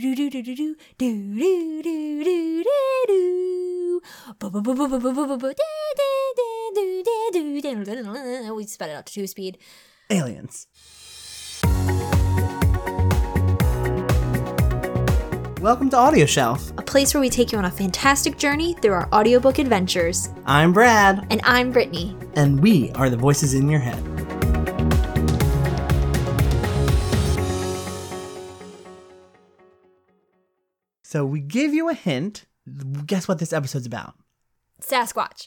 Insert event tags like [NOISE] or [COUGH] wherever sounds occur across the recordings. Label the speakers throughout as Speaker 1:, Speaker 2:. Speaker 1: do do do do do do do. We sped it up to two speed.
Speaker 2: Aliens. Welcome to Audio Shelf.
Speaker 1: A place where we take you on a fantastic journey through our audiobook adventures.
Speaker 2: I'm Brad,
Speaker 1: And I'm Brittany.
Speaker 2: and we are the voices in your head. So we give you a hint. Guess what this episode's about?
Speaker 1: Sasquatch.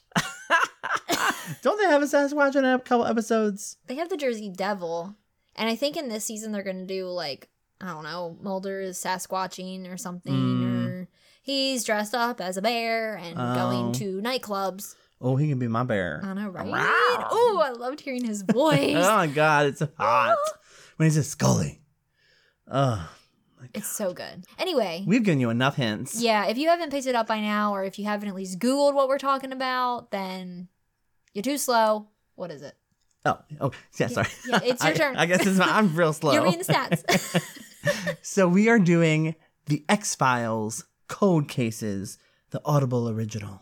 Speaker 2: Don't they have a Sasquatch in a couple episodes?
Speaker 1: They have the Jersey Devil. And I think in this season they're going to do like, I don't know, Mulder is Sasquatching or something.
Speaker 2: Mm.
Speaker 1: Or he's dressed up as a bear and
Speaker 2: Oh.
Speaker 1: going to nightclubs.
Speaker 2: Oh, he can be my bear.
Speaker 1: I don't know, right?
Speaker 2: Wow.
Speaker 1: Oh, I loved hearing
Speaker 2: [LAUGHS]
Speaker 1: his voice.
Speaker 2: oh my god, it's so
Speaker 1: [GASPS]
Speaker 2: hot. When he says Scully. Ugh.
Speaker 1: it's so good. Anyway,
Speaker 2: We've given you enough hints.
Speaker 1: yeah, if you haven't picked it up by now or if you haven't at least Googled what we're talking about, then you're too slow. What is it?
Speaker 2: Oh, oh, yeah, sorry.
Speaker 1: yeah,
Speaker 2: [LAUGHS]
Speaker 1: it's your
Speaker 2: I-
Speaker 1: turn.
Speaker 2: I, guess it's my, I'm real
Speaker 1: [LAUGHS]
Speaker 2: slow.
Speaker 1: You're reading the stats.
Speaker 2: [LAUGHS]
Speaker 1: [LAUGHS]
Speaker 2: so we are doing the X Files Cold Cases, the Audible original.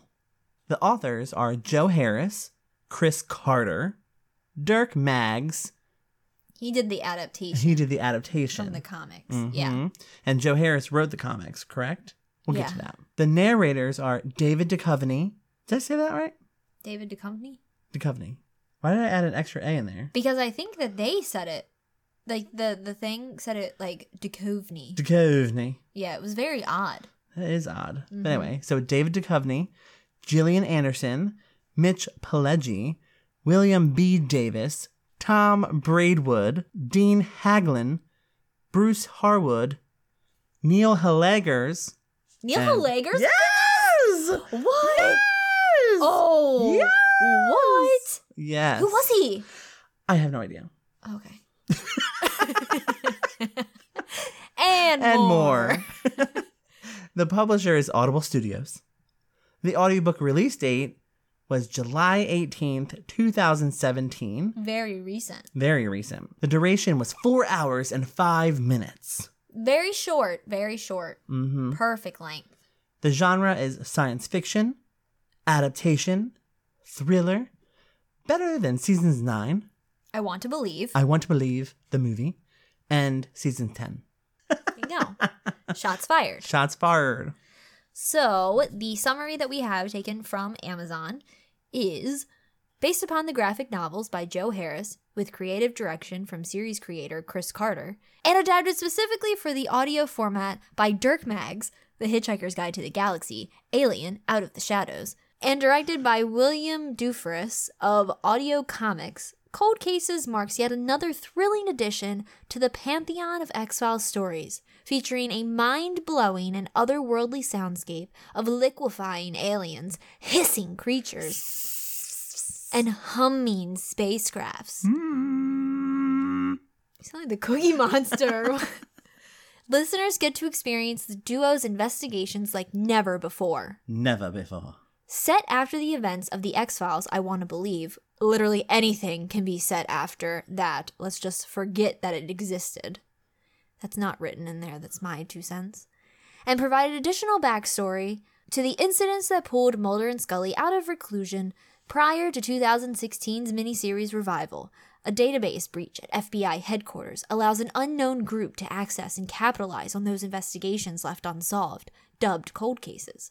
Speaker 2: The authors are Joe Harris, Chris Carter, Dirk Maggs.
Speaker 1: he did the adaptation
Speaker 2: He did the adaptation.
Speaker 1: from the comics. Yeah.
Speaker 2: Mhm. And Joe Harris wrote the comics, correct? We'll get to
Speaker 1: Yeah.
Speaker 2: that. The narrators are David Duchovny. Did I say that right?
Speaker 1: David Duchovny?
Speaker 2: Duchovny. Why did I add an extra A in there?
Speaker 1: Because I think that they said it. Like the the thing said it like Duchovny.
Speaker 2: Duchovny.
Speaker 1: yeah, it was very odd.
Speaker 2: That is odd.
Speaker 1: Mhm.
Speaker 2: But anyway, so David Duchovny, Gillian Anderson, Mitch Pileggi, William B. Davis, Tom Braidwood, Dean Haglin, Bruce Harwood, Neil Halagers.
Speaker 1: Neil
Speaker 2: and-
Speaker 1: Halagers?
Speaker 2: Yes!
Speaker 1: What?
Speaker 2: Yes!
Speaker 1: Oh.
Speaker 2: Yes!
Speaker 1: What?
Speaker 2: Yes.
Speaker 1: Who was he?
Speaker 2: I have no idea. [LAUGHS]
Speaker 1: Okay. and,
Speaker 2: And
Speaker 1: more.
Speaker 2: more. [LAUGHS] the publisher is Audible Studios. The audiobook release date was July 18th, 2017.
Speaker 1: Very recent.
Speaker 2: Very recent. The duration was four hours and five minutes.
Speaker 1: Very short, very short.
Speaker 2: hmm
Speaker 1: Perfect length.
Speaker 2: The genre is science fiction, adaptation, thriller, better than seasons nine,
Speaker 1: I want to
Speaker 2: [LAUGHS]
Speaker 1: believe.
Speaker 2: I Want to Believe, the movie, and season 10.
Speaker 1: no. Shots fired.
Speaker 2: Shots fired.
Speaker 1: So, the summary that we have taken from Amazon is based upon the graphic novels by Joe Harris with creative direction from series creator Chris Carter and adapted specifically for the audio format by Dirk Maggs, The Hitchhiker's Guide to the Galaxy, Alien, Out of the Shadows, and directed by William Dufresne of Audio Comics. Cold Cases marks yet another thrilling addition to the pantheon of X Files stories, featuring a mind blowing and otherworldly soundscape of liquefying aliens, hissing creatures, and humming spacecrafts.
Speaker 2: Hmm?
Speaker 1: You sound like the Cookie Monster. Listeners get to experience the duo's investigations like never before.
Speaker 2: Never before.
Speaker 1: Set after the events of The X Files, I want to believe, literally anything can be set after that. Let's just forget that it existed. That's not written in there, that's my two cents. And provided additional backstory to the incidents that pulled Mulder and Scully out of reclusion prior to 2016's miniseries revival. A database breach at FBI headquarters allows an unknown group to access and capitalize on those investigations left unsolved, dubbed cold cases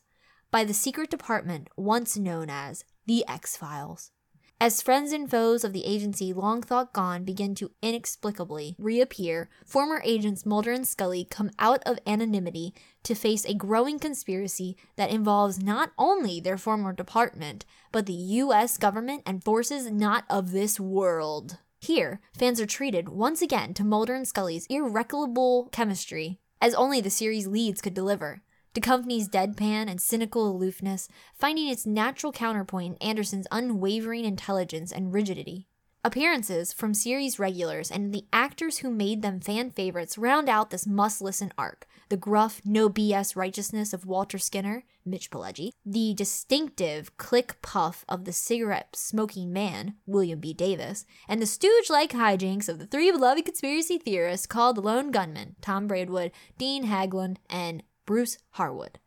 Speaker 1: by the secret department once known as the X Files. As friends and foes of the agency long thought gone begin to inexplicably reappear, former agents Mulder and Scully come out of anonymity to face a growing conspiracy that involves not only their former department, but the U.S. government and forces not of this world. Here, fans are treated once again to Mulder and Scully's irreclamable chemistry, as only the series leads could deliver. DeCompany's deadpan and cynical aloofness, finding its natural counterpoint in Anderson's unwavering intelligence and rigidity. Appearances from series regulars and the actors who made them fan favorites round out this must listen arc. The gruff, no BS righteousness of Walter Skinner, Mitch Pileggi, the distinctive click puff of the cigarette smoking man, William B. Davis, and the stooge like hijinks of the three beloved conspiracy theorists called the Lone Gunman, Tom Braidwood, Dean Haglund, and Bruce Harwood.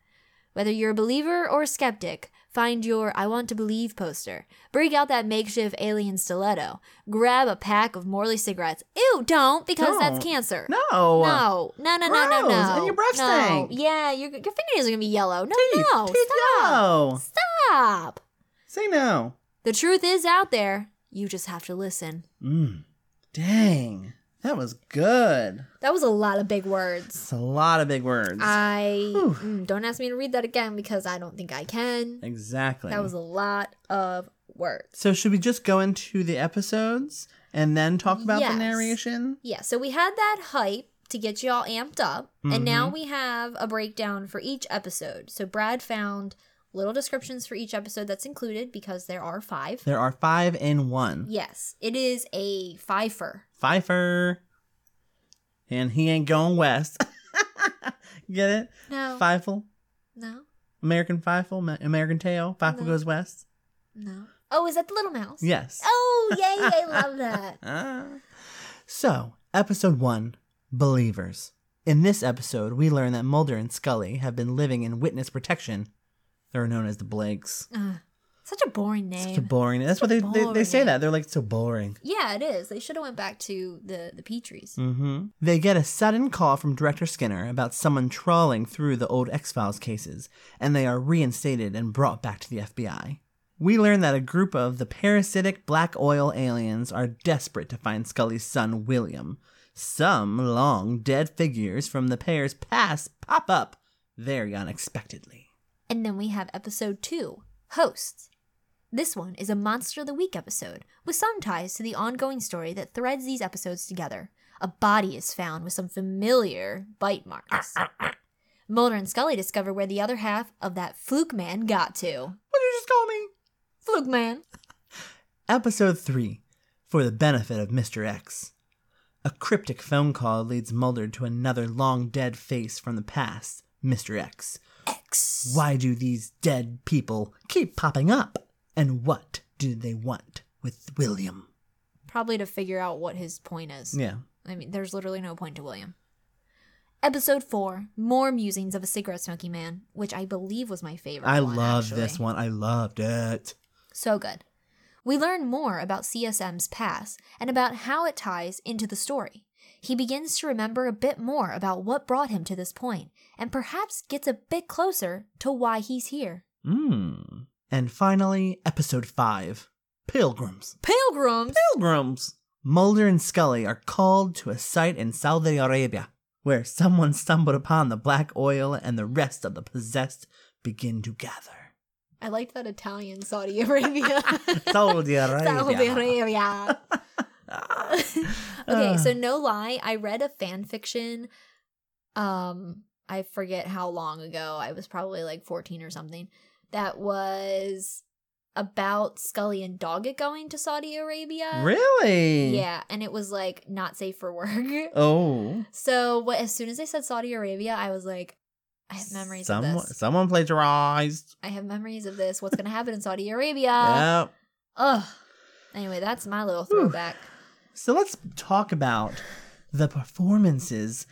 Speaker 1: Whether you're a believer or a skeptic, find your I Want to Believe poster, break out that makeshift alien stiletto, grab a pack of Morley cigarettes. Ew, don't, because
Speaker 2: Don't.
Speaker 1: that's cancer.
Speaker 2: No.
Speaker 1: No, no, no, no, no,
Speaker 2: Gross.
Speaker 1: no.
Speaker 2: And your breath
Speaker 1: no.
Speaker 2: stank.
Speaker 1: Yeah, your, your fingernails are gonna be yellow. No,
Speaker 2: Teeth.
Speaker 1: no,
Speaker 2: Teeth,
Speaker 1: stop,
Speaker 2: no.
Speaker 1: stop.
Speaker 2: Say no.
Speaker 1: The truth is out there. You just have to listen.
Speaker 2: Mm. Dang. That was good.
Speaker 1: That was a lot of big words.
Speaker 2: It's a lot of big words.
Speaker 1: Uh, I
Speaker 2: Whew.
Speaker 1: mm, don't ask me to read that again because I don't think I can.
Speaker 2: exactly.
Speaker 1: That was a lot of words.
Speaker 2: so should we just go into the episodes and then talk about
Speaker 1: Yes.
Speaker 2: the narration?
Speaker 1: Yeah, so we had that hype to get you all amped up, and now
Speaker 2: Mhm.
Speaker 1: we have a breakdown for each episode. So Brad found little descriptions for each episode that's included because there are five.
Speaker 2: There are five in one.
Speaker 1: Yes, it is a fifer.
Speaker 2: Pfeiffer. And he ain't going west. [LAUGHS] Get it?
Speaker 1: No,
Speaker 2: Feifel.
Speaker 1: no,
Speaker 2: American Feifel. Ma- American Tail. Feifel
Speaker 1: No.
Speaker 2: goes west.
Speaker 1: no. Oh, is that the little mouse?
Speaker 2: Yes. [LAUGHS]
Speaker 1: Oh, yay! I love that.
Speaker 2: Ah. So, episode one Believers. In this episode, we learn that Mulder and Scully have been living in witness protection. They're known as the Blakes.
Speaker 1: Ugh, such a boring name.
Speaker 2: Such a boring. That's what
Speaker 1: a
Speaker 2: they, they they
Speaker 1: boring
Speaker 2: say
Speaker 1: name.
Speaker 2: that. They're like so boring.
Speaker 1: yeah, it is. They should have went back to the the Petries.
Speaker 2: Mm-hmm. They get a sudden call from Director Skinner about someone trawling through the old X Files cases, and they are reinstated and brought back to the FBI. We learn that a group of the parasitic black oil aliens are desperate to find Scully's son, William. Some long dead figures from the pair's past pop up very unexpectedly.
Speaker 1: And then we have episode two, hosts. This one is a Monster of the Week episode with some ties to the ongoing story that threads these episodes together. A body is found with some familiar bite marks. Mulder and Scully discover where the other half of that fluke man got to.
Speaker 2: What did you just call me?
Speaker 1: Fluke man.
Speaker 2: Episode 3 For the Benefit of Mr. X. A cryptic phone call leads Mulder to another long dead face from the past, Mr. X.
Speaker 1: X.
Speaker 2: Why do these dead people keep popping up? And what do they want with William?
Speaker 1: Probably to figure out what his point is.
Speaker 2: Yeah.
Speaker 1: I mean, there's literally no point to William. Episode four, more musings of a cigarette smoking man, which I believe was my favorite.
Speaker 2: I
Speaker 1: one,
Speaker 2: love
Speaker 1: actually.
Speaker 2: this one. I loved it.
Speaker 1: So good. We learn more about CSM's past and about how it ties into the story. He begins to remember a bit more about what brought him to this point and perhaps gets a bit closer to why he's here.
Speaker 2: Mmm. And finally, episode 5 Pilgrims.
Speaker 1: Pilgrims!
Speaker 2: Pilgrims! Mulder and Scully are called to a site in Saudi Arabia where someone stumbled upon the black oil and the rest of the possessed begin
Speaker 1: [LAUGHS]
Speaker 2: to gather.
Speaker 1: I like that Italian Saudi Arabia. [LAUGHS]
Speaker 2: Saudi Arabia. Ah.
Speaker 1: Arabia. [LAUGHS] okay,
Speaker 2: Uh.
Speaker 1: so no lie, I read a fan fiction. Um, I forget how long ago. I was probably like 14 or something. That was about Scully and Doggett going to Saudi Arabia.
Speaker 2: Really?
Speaker 1: Yeah, and it was like not safe for work. [LAUGHS]
Speaker 2: Oh.
Speaker 1: So, what as soon as they said Saudi Arabia, I was like I have memories
Speaker 2: Someone,
Speaker 1: of this.
Speaker 2: someone plagiarized.
Speaker 1: I have memories of this. What's going to happen in Saudi Arabia?
Speaker 2: yep.
Speaker 1: Ugh. Anyway, that's my little
Speaker 2: Whew.
Speaker 1: throwback.
Speaker 2: So let's talk about the performances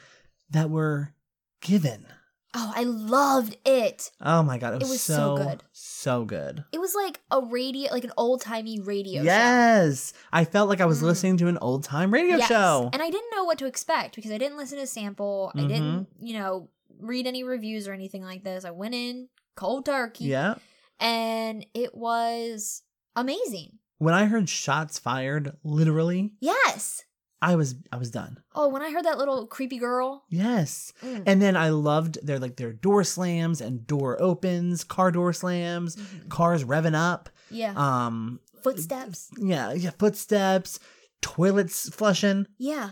Speaker 2: that were given.
Speaker 1: Oh, I loved it.
Speaker 2: Oh my god, it was, so,
Speaker 1: good.
Speaker 2: So good.
Speaker 1: It was like a radio, like an old timey radio show.
Speaker 2: Yes. I felt like I was
Speaker 1: Mm.
Speaker 2: listening to an old time radio
Speaker 1: Yes.
Speaker 2: show.
Speaker 1: And I didn't know what to expect because I didn't listen to sample. I
Speaker 2: Mhm.
Speaker 1: didn't, you know, read any reviews or anything like this. I went in cold turkey.
Speaker 2: yeah.
Speaker 1: And it was amazing.
Speaker 2: When I heard shots fired, literally,
Speaker 1: Yes.
Speaker 2: I was I was done.
Speaker 1: Oh, when I heard that little creepy girl.
Speaker 2: Yes.
Speaker 1: Mm.
Speaker 2: And then I loved their like their door slams and door opens, car door slams,
Speaker 1: Mhm.
Speaker 2: cars revving up.
Speaker 1: yeah.
Speaker 2: Um
Speaker 1: Footsteps.
Speaker 2: yeah, yeah, footsteps, toilets flushing.
Speaker 1: Yeah.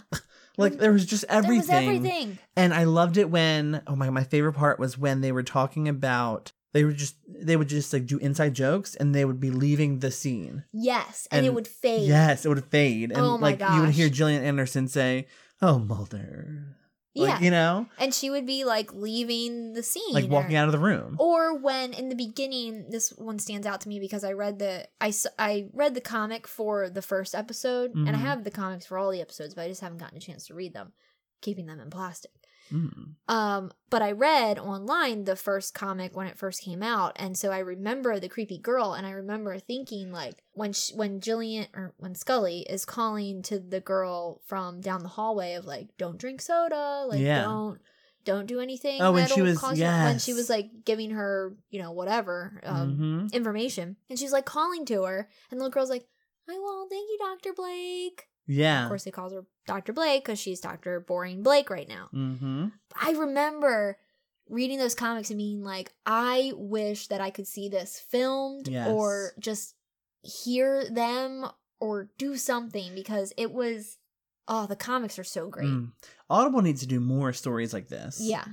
Speaker 2: Like there was just everything.
Speaker 1: Mm. There was everything.
Speaker 2: And I loved it when oh my my favorite part was when they were talking about they were just they would just like do inside jokes and they would be leaving the scene.
Speaker 1: Yes. And, it
Speaker 2: And-
Speaker 1: would fade.
Speaker 2: Yes, it would fade. And
Speaker 1: Oh my
Speaker 2: like you would
Speaker 1: gosh.
Speaker 2: hear Gillian Anderson say, Oh Mulder.
Speaker 1: Yeah.
Speaker 2: Like, you know?
Speaker 1: and she would be like leaving the scene.
Speaker 2: Like
Speaker 1: or-
Speaker 2: walking out of the room.
Speaker 1: or when in the beginning this one stands out to me because i read the i, s- I read the comic for the first episode and i
Speaker 2: Mhm.
Speaker 1: have the comics for all the episodes but i just haven't gotten a chance to read them keeping them in plastic
Speaker 2: Mm.
Speaker 1: Um, but I read online the first comic when it first came out, and so I remember the creepy girl, and I remember thinking like when sh when Jillian or when Scully is calling to the girl from down the hallway of like, don't drink soda, like
Speaker 2: Yeah.
Speaker 1: don't don't do anything.
Speaker 2: Oh, when
Speaker 1: that'll
Speaker 2: she was-
Speaker 1: cause you-" when she
Speaker 2: yes.
Speaker 1: was like giving her you know whatever um,
Speaker 2: Mhm.
Speaker 1: information, and she's like calling to her, and the little girl's like, I won't, thank you, Doctor Blake. Of
Speaker 2: Yeah.
Speaker 1: course, he calls her Doctor Blake because she's Doctor Boring Blake right now.
Speaker 2: Mm-hmm.
Speaker 1: I remember reading those comics and being like, I wish that I could see this filmed
Speaker 2: Yes.
Speaker 1: or just hear them or do something because it was, oh, the comics are so great.
Speaker 2: Mm. Audible needs to do more stories like this.
Speaker 1: Yeah.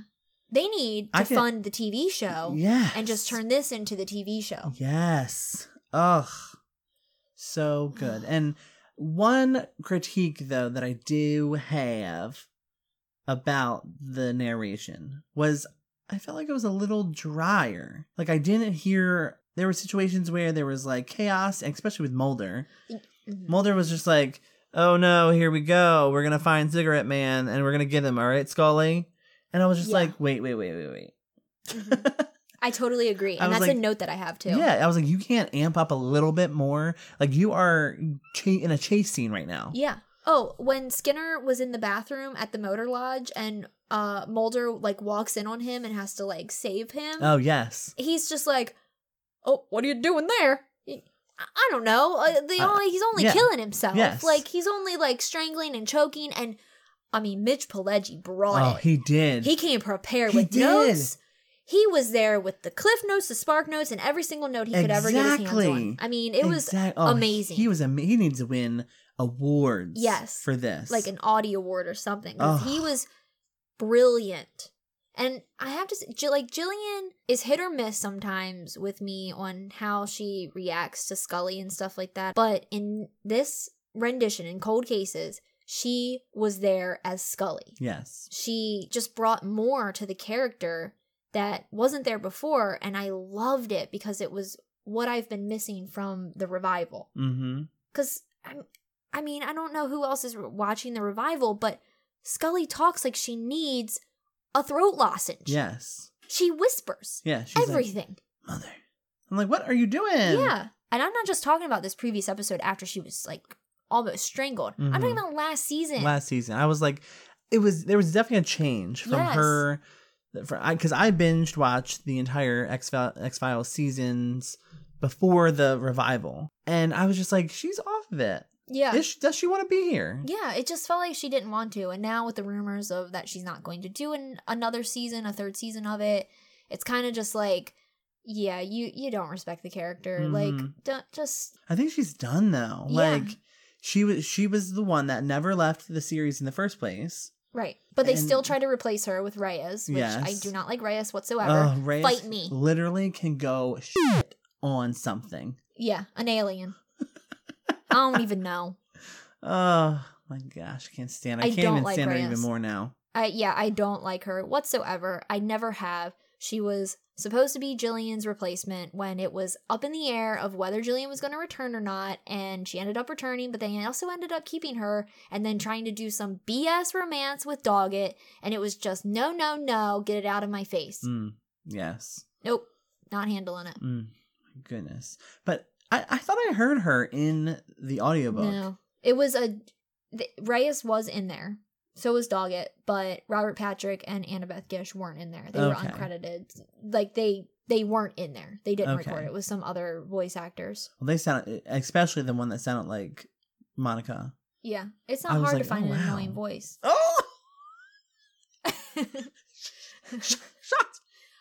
Speaker 1: They need
Speaker 2: I
Speaker 1: to
Speaker 2: can-
Speaker 1: fund the TV show
Speaker 2: Yeah.
Speaker 1: and just turn this into the TV show.
Speaker 2: Mm. Yes. Ugh. So good. And one critique, though, that I do have about the narration was I felt like it was a little drier. Like, I didn't hear. There were situations where there was like chaos, and especially with Mulder.
Speaker 1: Mhm.
Speaker 2: Mulder was just like, oh no, here we go. We're going to find Cigarette Man and we're going to get him. All right, Scully. And I was just
Speaker 1: Yeah.
Speaker 2: like, wait, wait, wait, wait, wait.
Speaker 1: Mhm.
Speaker 2: [LAUGHS]
Speaker 1: I totally agree.
Speaker 2: I
Speaker 1: And
Speaker 2: was
Speaker 1: that's a
Speaker 2: like-
Speaker 1: note that I have too.
Speaker 2: Yeah, I was like, you can't amp up a little bit more. Like you are cha- in a chase scene right now.
Speaker 1: Yeah. Oh, when Skinner was in the bathroom at the Motor Lodge and uh Mulder like walks in on him and has to like save him.
Speaker 2: Oh yes,
Speaker 1: he's just like, "Oh, what are you doing there?" I I don't know. Uh, the
Speaker 2: Uh,
Speaker 1: only he's only
Speaker 2: yeah.
Speaker 1: killing himself.
Speaker 2: Yes.
Speaker 1: Like he's only like strangling and choking. And I mean, Mitch Pileggi brought
Speaker 2: oh
Speaker 1: it.
Speaker 2: he did.
Speaker 1: He, came prepared
Speaker 2: He
Speaker 1: with
Speaker 2: did.
Speaker 1: notes. He was there with the cliff notes, the spark notes, and every single note he could ever get his hands
Speaker 2: Exactly.
Speaker 1: on. I mean, it was
Speaker 2: Exact- oh,
Speaker 1: amazing.
Speaker 2: He was am- he needs to win awards.
Speaker 1: Yes.
Speaker 2: for this.
Speaker 1: like an Audi award or something. 'cause
Speaker 2: Ugh.
Speaker 1: He was brilliant. And I have to say, Jill- like, Jillian is hit or miss sometimes with me on how she reacts to Scully and stuff like that. But in this rendition, in Cold Cases, she was there as Scully.
Speaker 2: yes.
Speaker 1: She just brought more to the character that wasn't there before. And I loved it because it was what I've been missing from the revival
Speaker 2: Mm-hmm.
Speaker 1: because I mean, I don't know who else is watching the revival, but Scully talks like she needs a throat lozenge.
Speaker 2: Yes.
Speaker 1: She whispers
Speaker 2: Yeah. She's like,
Speaker 1: everything.
Speaker 2: mother. I'm like, what are you doing?
Speaker 1: yeah. And I'm not just talking about this previous episode after she was like almost strangled. I'm
Speaker 2: Mhm.
Speaker 1: talking about last season.
Speaker 2: Last season, I was like, it was there was definitely a change from
Speaker 1: Yes.
Speaker 2: her. For I because I binged watched the entire X X Files seasons before the revival, and I was just like, she's off of it.
Speaker 1: yeah.
Speaker 2: Is she, does she want to be here?
Speaker 1: yeah, it just felt like she didn't want to. And now with the rumors of that she's not going to do an- another season, a third season of it, it's kind of just like, yeah, you you don't respect the character. Like,
Speaker 2: Mhm.
Speaker 1: don't just
Speaker 2: I think she's done though.
Speaker 1: Yeah.
Speaker 2: Like she was she was the one that never left the series in the first place.
Speaker 1: Right. But they still
Speaker 2: And-
Speaker 1: try to replace her with Reyes, which I
Speaker 2: Yes.
Speaker 1: do not like Reyes whatsoever.
Speaker 2: Ugh, Reyes
Speaker 1: Fight me.
Speaker 2: Literally can go shit on something.
Speaker 1: Yeah, an alien. I don't even know.
Speaker 2: Oh my gosh, I can't stand. I,
Speaker 1: I
Speaker 2: can't
Speaker 1: don't
Speaker 2: even
Speaker 1: like
Speaker 2: stand her
Speaker 1: Reyes.
Speaker 2: even more now.
Speaker 1: I yeah, I don't like her whatsoever. I never have. She was supposed to be Jillian's replacement when it was up in the air of whether Jillian was going to return or not, and she ended up returning, but they also ended up keeping her and then trying to do some BS romance with Doggett, and it was just no, no, no, get it out of my face.
Speaker 2: Mm, yes.
Speaker 1: Nope, not handling it.
Speaker 2: Mm, my goodness. But I, I thought I heard her in the audiobook.
Speaker 1: No, it was a th- Reyes was in there. So was Doggett, but Robert Patrick and Annabeth Gish weren't in there. They were
Speaker 2: Okay.
Speaker 1: uncredited. Like they they weren't in there. They didn't
Speaker 2: Okay.
Speaker 1: record. It It was some other voice actors.
Speaker 2: Well, they sound, especially the one that sounded like Monica. [LAUGHS]
Speaker 1: Yeah, it's
Speaker 2: I
Speaker 1: not
Speaker 2: was
Speaker 1: hard
Speaker 2: like,
Speaker 1: to find
Speaker 2: "Oh,
Speaker 1: an
Speaker 2: wow."
Speaker 1: annoying voice. [LAUGHS]
Speaker 2: Oh, shots!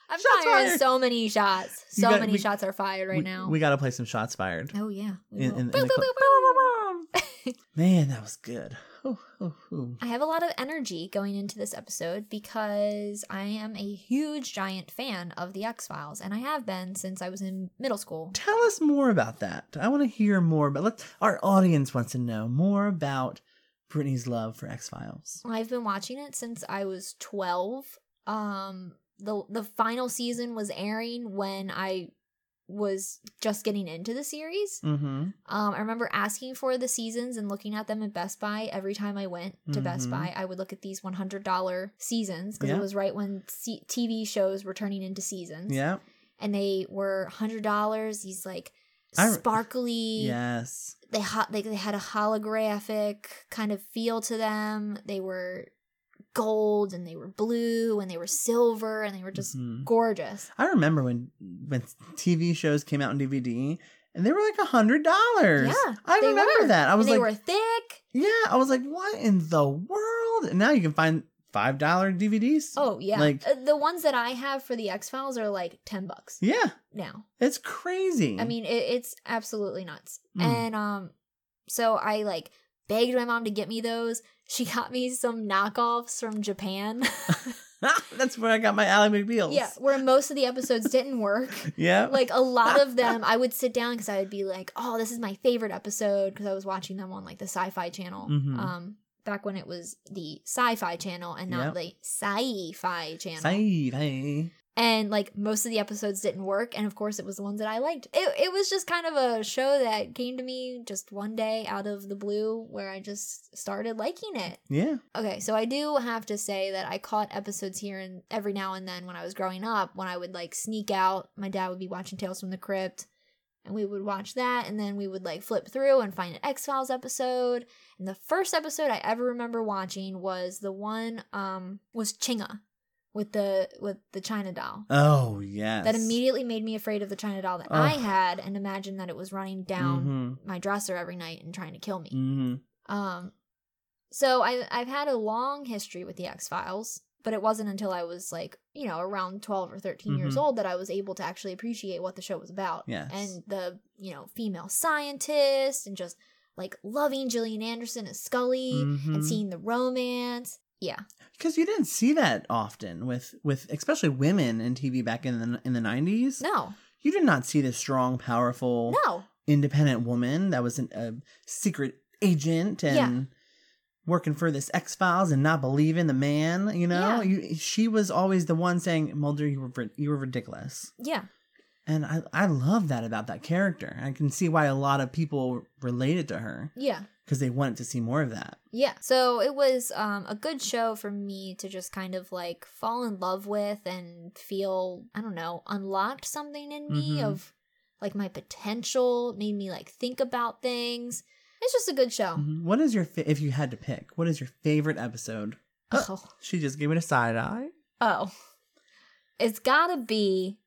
Speaker 1: I'm
Speaker 2: Shots
Speaker 1: firing
Speaker 2: fired.
Speaker 1: so many shots.
Speaker 2: You
Speaker 1: So
Speaker 2: got-
Speaker 1: many
Speaker 2: we-
Speaker 1: shots are fired right
Speaker 2: We-
Speaker 1: now.
Speaker 2: we got to play some shots fired.
Speaker 1: oh yeah. we
Speaker 2: In-
Speaker 1: will.
Speaker 2: in- in
Speaker 1: Boop,
Speaker 2: the
Speaker 1: boop,
Speaker 2: clip.
Speaker 1: boop, boop, boop.
Speaker 2: Man, that was good. Ooh, ooh, ooh.
Speaker 1: I have a lot of energy going into this episode because I am a huge, giant fan of The X Files, and I have been since I was in middle school.
Speaker 2: Tell us more about that. I want to hear more. But let's. Our audience wants to know more about Brittany's love for X Files.
Speaker 1: I've been watching it since I was 12. Um, the the final season was airing when I was just getting into the series.
Speaker 2: Mm-hmm.
Speaker 1: Um, I remember asking for the seasons and looking at them at Best Buy every time I went to Best
Speaker 2: Mhm.
Speaker 1: Buy. I would look at these $100 seasons because
Speaker 2: Yeah.
Speaker 1: it was right when se- TV shows were turning into seasons.
Speaker 2: Yeah.
Speaker 1: And they were $100, these like
Speaker 2: I re-
Speaker 1: sparkly,
Speaker 2: Yes.
Speaker 1: they, ho- they, they had a holographic kind of feel to them. They were gold and they were blue and they were silver and they were just
Speaker 2: Mhm.
Speaker 1: gorgeous.
Speaker 2: I remember when when TV shows came out on DVD and they were like a hundred dollars.
Speaker 1: Yeah,
Speaker 2: I
Speaker 1: they
Speaker 2: remember
Speaker 1: were.
Speaker 2: that. I was
Speaker 1: and they
Speaker 2: like,
Speaker 1: were thick.
Speaker 2: yeah, I was like, what in the world? And now you can find five dollar DVDs.
Speaker 1: Oh yeah,
Speaker 2: Like-
Speaker 1: Uh, the ones that I have for the X Files are like ten bucks
Speaker 2: yeah,
Speaker 1: now.
Speaker 2: it's crazy.
Speaker 1: I mean, it, it's absolutely nuts.
Speaker 2: Mm.
Speaker 1: And um, so I like begged my mom to get me those. She got me some knockoffs from Japan.
Speaker 2: [LAUGHS] that's where I got my Ally McBeals. [LAUGHS]
Speaker 1: yeah, where most of the episodes didn't work.
Speaker 2: yeah,
Speaker 1: Like a lot of them, I would sit down because I would be like, "Oh, this is my favorite episode," because I was watching them on like the Sci-Fi Channel.
Speaker 2: Mhm.
Speaker 1: Um, back when it was the Sci-Fi Channel and not the Sci-Fi Channel.
Speaker 2: Sci-fi.
Speaker 1: and like most of the episodes didn't work and of course it was the ones that i liked it, it was just kind of a show that came to me just one day out of the blue where i just started liking it
Speaker 2: Yeah.
Speaker 1: okay so i do have to say that i caught episodes here and every now and then when i was growing up when i would like sneak out my dad would be watching tales from the crypt and we would watch that and then we would like flip through and find an x-files episode and the first episode i ever remember watching was the one um was chinga with the with the china doll
Speaker 2: Oh yes.
Speaker 1: that immediately made me afraid of the china doll that
Speaker 2: Ugh.
Speaker 1: I had and imagined that it was running down
Speaker 2: hmm
Speaker 1: my dresser every night and trying to kill me.
Speaker 2: hmm
Speaker 1: Um so I I've had a long history with the X-Files, but it wasn't until I was like, you know, around 12 or 13 years
Speaker 2: Mhm.
Speaker 1: old that I was able to actually appreciate what the show was about.
Speaker 2: Yes.
Speaker 1: And the, you know, female scientist and just like loving Gillian Anderson as Scully and
Speaker 2: Mhm.
Speaker 1: seeing the romance. Yeah.
Speaker 2: because you didn't see that often with with especially women in TV back in the in the nineties.
Speaker 1: No.
Speaker 2: You did not see this strong, powerful,
Speaker 1: No.
Speaker 2: independent woman that was an, a secret agent and
Speaker 1: Yeah.
Speaker 2: working for this X Files and not believing the man. You
Speaker 1: Yeah.
Speaker 2: know, you, she was always the one saying, "Mulder, you were rid- you were ridiculous,"
Speaker 1: Yeah.
Speaker 2: and I I love that about that character. I can see why a lot of people related to her
Speaker 1: Yeah.
Speaker 2: because they wanted to see more of that.
Speaker 1: Yeah. So it was um, a good show for me to just kind of like fall in love with and feel, I don't know, unlocked something in me
Speaker 2: Mhm.
Speaker 1: of like my potential, made me like think about things. It's just a good show.
Speaker 2: Mhm. What is your fa- if you had to pick? What is your favorite episode?
Speaker 1: [LAUGHS] Oh.
Speaker 2: She just gave it a side eye.
Speaker 1: Oh. It's gotta be.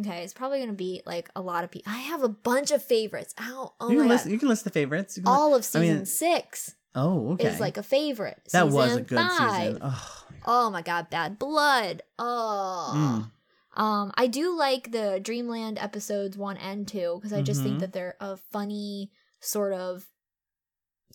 Speaker 1: Okay, it's probably gonna be like a lot of people. I have a bunch of favorites. Ow. Oh
Speaker 2: you
Speaker 1: my
Speaker 2: can
Speaker 1: God.
Speaker 2: list. You can list the favorites. You can
Speaker 1: All of
Speaker 2: I
Speaker 1: season
Speaker 2: mean-
Speaker 1: six
Speaker 2: li- oh, okay.
Speaker 1: is like a favorite.
Speaker 2: that
Speaker 1: season
Speaker 2: was a good
Speaker 1: five.
Speaker 2: season. Oh,
Speaker 1: Oh my god, Bad Blood. Oh.
Speaker 2: mm.
Speaker 1: Um, I do like the Dreamland episodes one and two because I just think
Speaker 2: Mhm.
Speaker 1: that they're a funny sort of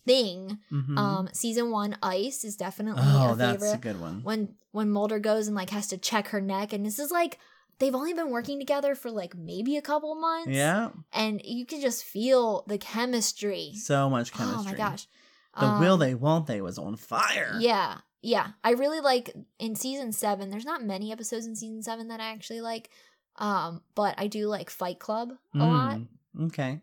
Speaker 1: thing.
Speaker 2: Mhm.
Speaker 1: Um, season one, Ice is definitely
Speaker 2: oh,
Speaker 1: a
Speaker 2: that's a
Speaker 1: favorite.
Speaker 2: good one.
Speaker 1: When when Mulder goes and like has to check her neck, and this is like they've only been working together for like maybe a couple months.
Speaker 2: Yeah,
Speaker 1: and you can just feel the chemistry.
Speaker 2: so much chemistry.
Speaker 1: Oh my gosh,
Speaker 2: the
Speaker 1: Um,
Speaker 2: will they won't they was on fire.
Speaker 1: Yeah. Yeah. I really like in season 7. There's not many episodes in season 7 that I actually like. Um but I do like Fight Club a lot.
Speaker 2: Mm. Okay,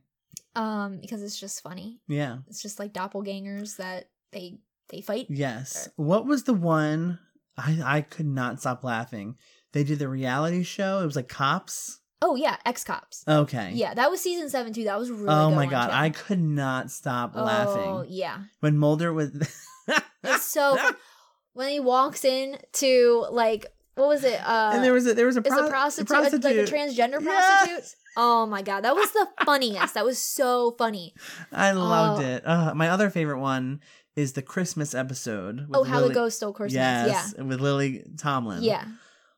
Speaker 2: Mm.
Speaker 1: Um because it's just funny.
Speaker 2: yeah,
Speaker 1: It's just like doppelgangers that they they fight. Er,
Speaker 2: yes. What was the one? I I could not stop laughing. They did the reality show. It was like cops.
Speaker 1: Oh yeah, X-Cops.
Speaker 2: Okay.
Speaker 1: Yeah, that was season 7 too. That was a really
Speaker 2: oh
Speaker 1: good
Speaker 2: my
Speaker 1: one,
Speaker 2: god,
Speaker 1: too.
Speaker 2: I could not stop
Speaker 1: Oh,
Speaker 2: laughing [LAUGHS]
Speaker 1: yeah.
Speaker 2: when Mulder was.
Speaker 1: It's so fun. when he walks in to like what was it? Uh
Speaker 2: and there was a there was a,
Speaker 1: it's
Speaker 2: pro-
Speaker 1: a prostitute, like a transgender
Speaker 2: Yes!
Speaker 1: prostitute. Oh my god, that was the funniest. that was so funny.
Speaker 2: I loved
Speaker 1: Oh.
Speaker 2: it. Uh, my other favorite one is the Christmas episode. With
Speaker 1: Oh, how
Speaker 2: Lily-
Speaker 1: the ghost stole Christmas.
Speaker 2: Yes, with Lily Tomlin.
Speaker 1: Yeah. Yeah.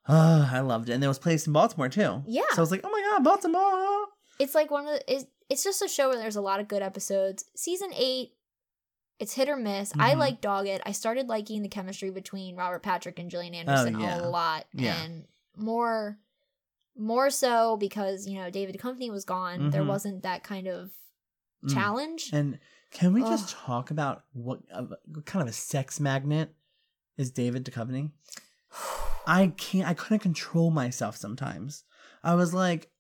Speaker 2: Ah, I loved it, and it was placed in Baltimore too.
Speaker 1: Yeah.
Speaker 2: so I was like, oh my god, Baltimore.
Speaker 1: It's like one of the it's, it's just a show where there's a lot of good episodes. Season 8 it's hit or miss. I
Speaker 2: Mhm.
Speaker 1: like Dogged. I started liking the chemistry between Robert Patrick and Gillian Anderson
Speaker 2: Oh, yeah.
Speaker 1: a lot
Speaker 2: Yeah.
Speaker 1: and more more so because, you know, David Company was gone. There
Speaker 2: Mhm.
Speaker 1: wasn't that kind of
Speaker 2: Mm.
Speaker 1: challenge.
Speaker 2: And can we just
Speaker 1: Ugh.
Speaker 2: talk about what, uh, what kind of a sex magnet is David Duchovny? I can't. I couldn't control myself sometimes. I was like,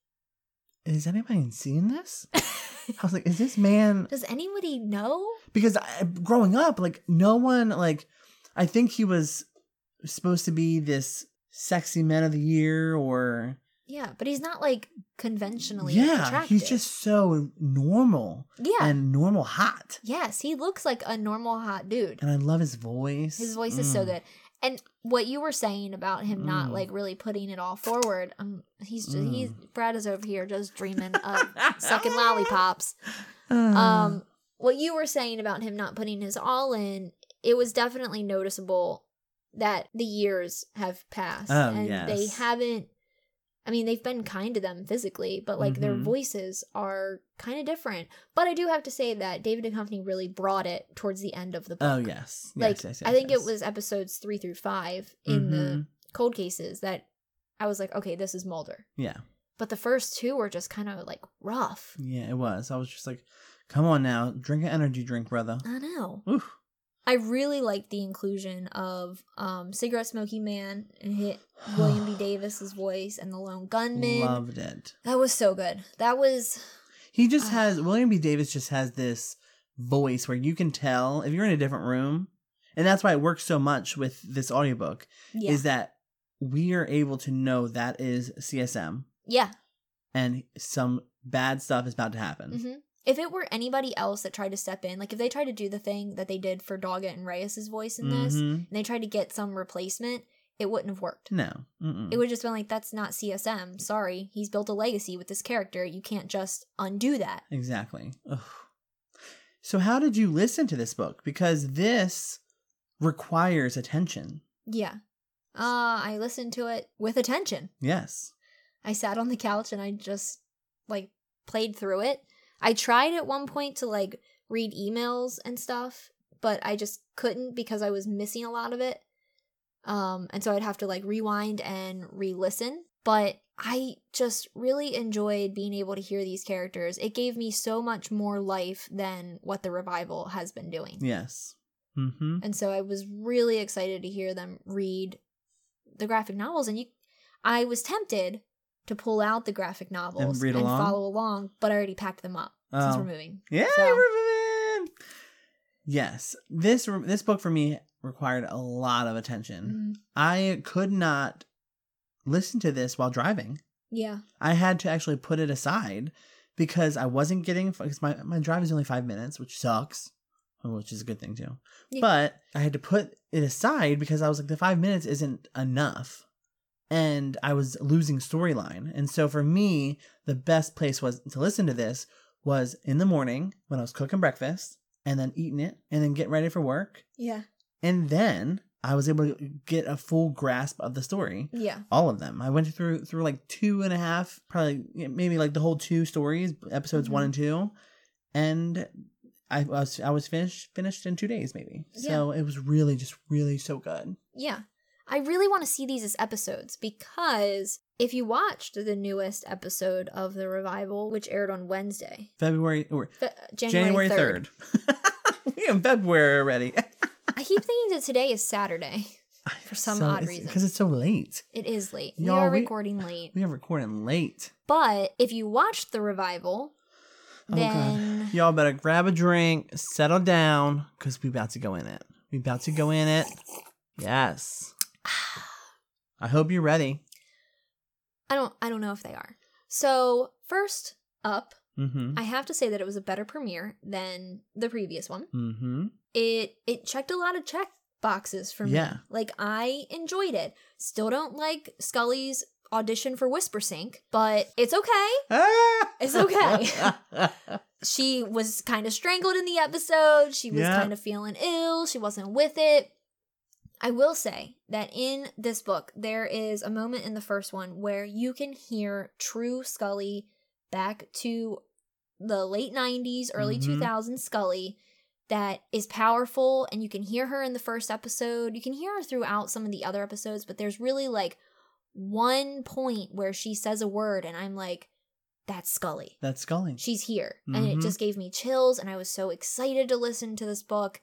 Speaker 2: is anybody seeing this? I was like, is this man?
Speaker 1: [SIGHS] Does anybody know?
Speaker 2: Because I, growing up, like, no one, like, I think he was supposed to be this sexy man of the year or.
Speaker 1: Yeah, but he's not like conventionally
Speaker 2: yeah,
Speaker 1: attractive.
Speaker 2: he's just so normal
Speaker 1: yeah.
Speaker 2: and normal hot.
Speaker 1: yes, he looks like a normal hot dude.
Speaker 2: And I love his voice.
Speaker 1: His voice is so
Speaker 2: Mm. [LAUGHS]
Speaker 1: good. And what you were saying about him not
Speaker 2: Mm.
Speaker 1: like really putting it all forward, um, he's just,
Speaker 2: Mm.
Speaker 1: he's Brad is over here just dreaming
Speaker 2: [LAUGHS]
Speaker 1: of Um, sucking
Speaker 2: [SIGHS]
Speaker 1: lollipops.
Speaker 2: Um,
Speaker 1: Um, what you were saying about him not putting his all in, it was definitely noticeable that the years have passed
Speaker 2: Oh,
Speaker 1: and
Speaker 2: yes.
Speaker 1: they haven't. I mean, they've been kind to them physically, but like their
Speaker 2: Mhm.
Speaker 1: voices are kind of different. But I do have to say that David and Company really brought it towards the end of the book.
Speaker 2: oh yes.
Speaker 1: Like
Speaker 2: yes, yes,
Speaker 1: I
Speaker 2: yes,
Speaker 1: think
Speaker 2: yes.
Speaker 1: it was episodes three through five in the
Speaker 2: Mhm.
Speaker 1: cold cases that I was like, okay, this is Mulder.
Speaker 2: Yeah.
Speaker 1: But the first two were just kind of like rough.
Speaker 2: Yeah, it was. I was just like, come on now, drink an energy drink, brother.
Speaker 1: I know.
Speaker 2: Oof.
Speaker 1: I really like the inclusion of um, cigarette smoking man and
Speaker 2: [SIGHS]
Speaker 1: hit William B. Davis's voice and the lone gunman.
Speaker 2: Loved it.
Speaker 1: That was so good. That was
Speaker 2: He just
Speaker 1: Ah.
Speaker 2: has William B. Davis just has this voice where you can tell if you're in a different room, and that's why it works so much with this audiobook,
Speaker 1: yeah,
Speaker 2: is that we are able to know that is CSM
Speaker 1: yeah.
Speaker 2: and some bad stuff is about to happen.
Speaker 1: hmm If it were anybody else that tried to step in, like if they tried to do the thing that they did for Doggett and Reyes's voice in this, and
Speaker 2: Mhm.
Speaker 1: they tried to get some replacement, it wouldn't have worked.
Speaker 2: No. Mm-mm.
Speaker 1: It would have just been like, that's not CSM. Sorry, he's built a legacy with this character. You can't just undo that.
Speaker 2: Exactly. Ugh. So, how did you listen to this book? Because this requires attention.
Speaker 1: Yeah. Uh, I listened to it with attention.
Speaker 2: Yes.
Speaker 1: I sat on the couch and I just like played through it. I tried at one point to like read emails and stuff, but I just couldn't because I was missing a lot of it. Um and so I'd have to like rewind and re-listen, but I just really enjoyed being able to hear these characters. It gave me so much more life than what the revival has been doing.
Speaker 2: Yes. Mm-hmm.
Speaker 1: And so I was really excited to hear them read the graphic novels. And you, I was tempted to pull out the graphic novels
Speaker 2: read along?
Speaker 1: follow along, but I already packed them up since
Speaker 2: Oh.
Speaker 1: we're moving.
Speaker 2: Yeah,
Speaker 1: So-
Speaker 2: we're moving. Yes, this this book for me required a lot of attention.
Speaker 1: Mm,
Speaker 2: I could not listen to this while driving.
Speaker 1: yeah.
Speaker 2: I had to actually put it aside because I wasn't getting because my my drive is only five minutes, which sucks, which is a good thing too.
Speaker 1: Yeah.
Speaker 2: But I had to put it aside because I was like, the five minutes isn't enough, and I was losing storyline. And so for me, the best place was to listen to this was in the morning when I was cooking breakfast and then eating it and then getting ready for work,
Speaker 1: Yeah.
Speaker 2: and then I was able to get a full grasp of the story
Speaker 1: Yeah.
Speaker 2: all of them. I went through through like two and a half, probably yeah, maybe like the whole two stories, episodes one
Speaker 1: Mhm.
Speaker 2: and two, and I was I was finished finished in two days maybe. So it was really just really so good.
Speaker 1: Yeah. I really want to see these as episodes because if you watched the newest episode of the revival, which aired on Wednesday,
Speaker 2: February or
Speaker 1: Fe- January,
Speaker 2: January third. [LAUGHS] we in February already.
Speaker 1: 3rd. I keep thinking that today is Saturday. [LAUGHS] For some odd reason.
Speaker 2: because it's so late.
Speaker 1: It is late.
Speaker 2: Y'all,
Speaker 1: we are
Speaker 2: we-
Speaker 1: recording late.
Speaker 2: We are recording late.
Speaker 1: But if you watched the revival,
Speaker 2: Oh,
Speaker 1: then [SIGHS]
Speaker 2: Y'all better grab a drink, settle down, cause we about to go in it. We about to go in it. Yes. I hope you're ready.
Speaker 1: I don't I don't know if they are. So first up,
Speaker 2: Mm-hmm.
Speaker 1: I have to say that it was a better premiere than the previous one.
Speaker 2: Mm-hmm.
Speaker 1: It it checked a lot of check boxes for me.
Speaker 2: Yeah.
Speaker 1: Like I enjoyed it. Still don't like Scully's audition for Whisper Sync, but it's okay. It's okay. She was kind of strangled in the episode. She was
Speaker 2: Yeah.
Speaker 1: kind of feeling ill. She wasn't with it. I will say that in this book, there is a moment in the first one where you can hear true Scully back to the late 90s, early
Speaker 2: Mhm.
Speaker 1: 2000s Scully that is powerful. And you can hear her in the first episode. You can hear her throughout some of the other episodes, but there's really like one point where she says a word, and I'm like, that's Scully
Speaker 2: [LAUGHS] That's Scully.
Speaker 1: she's here and it
Speaker 2: Mhm.
Speaker 1: just gave me chills and i was so excited to listen to this book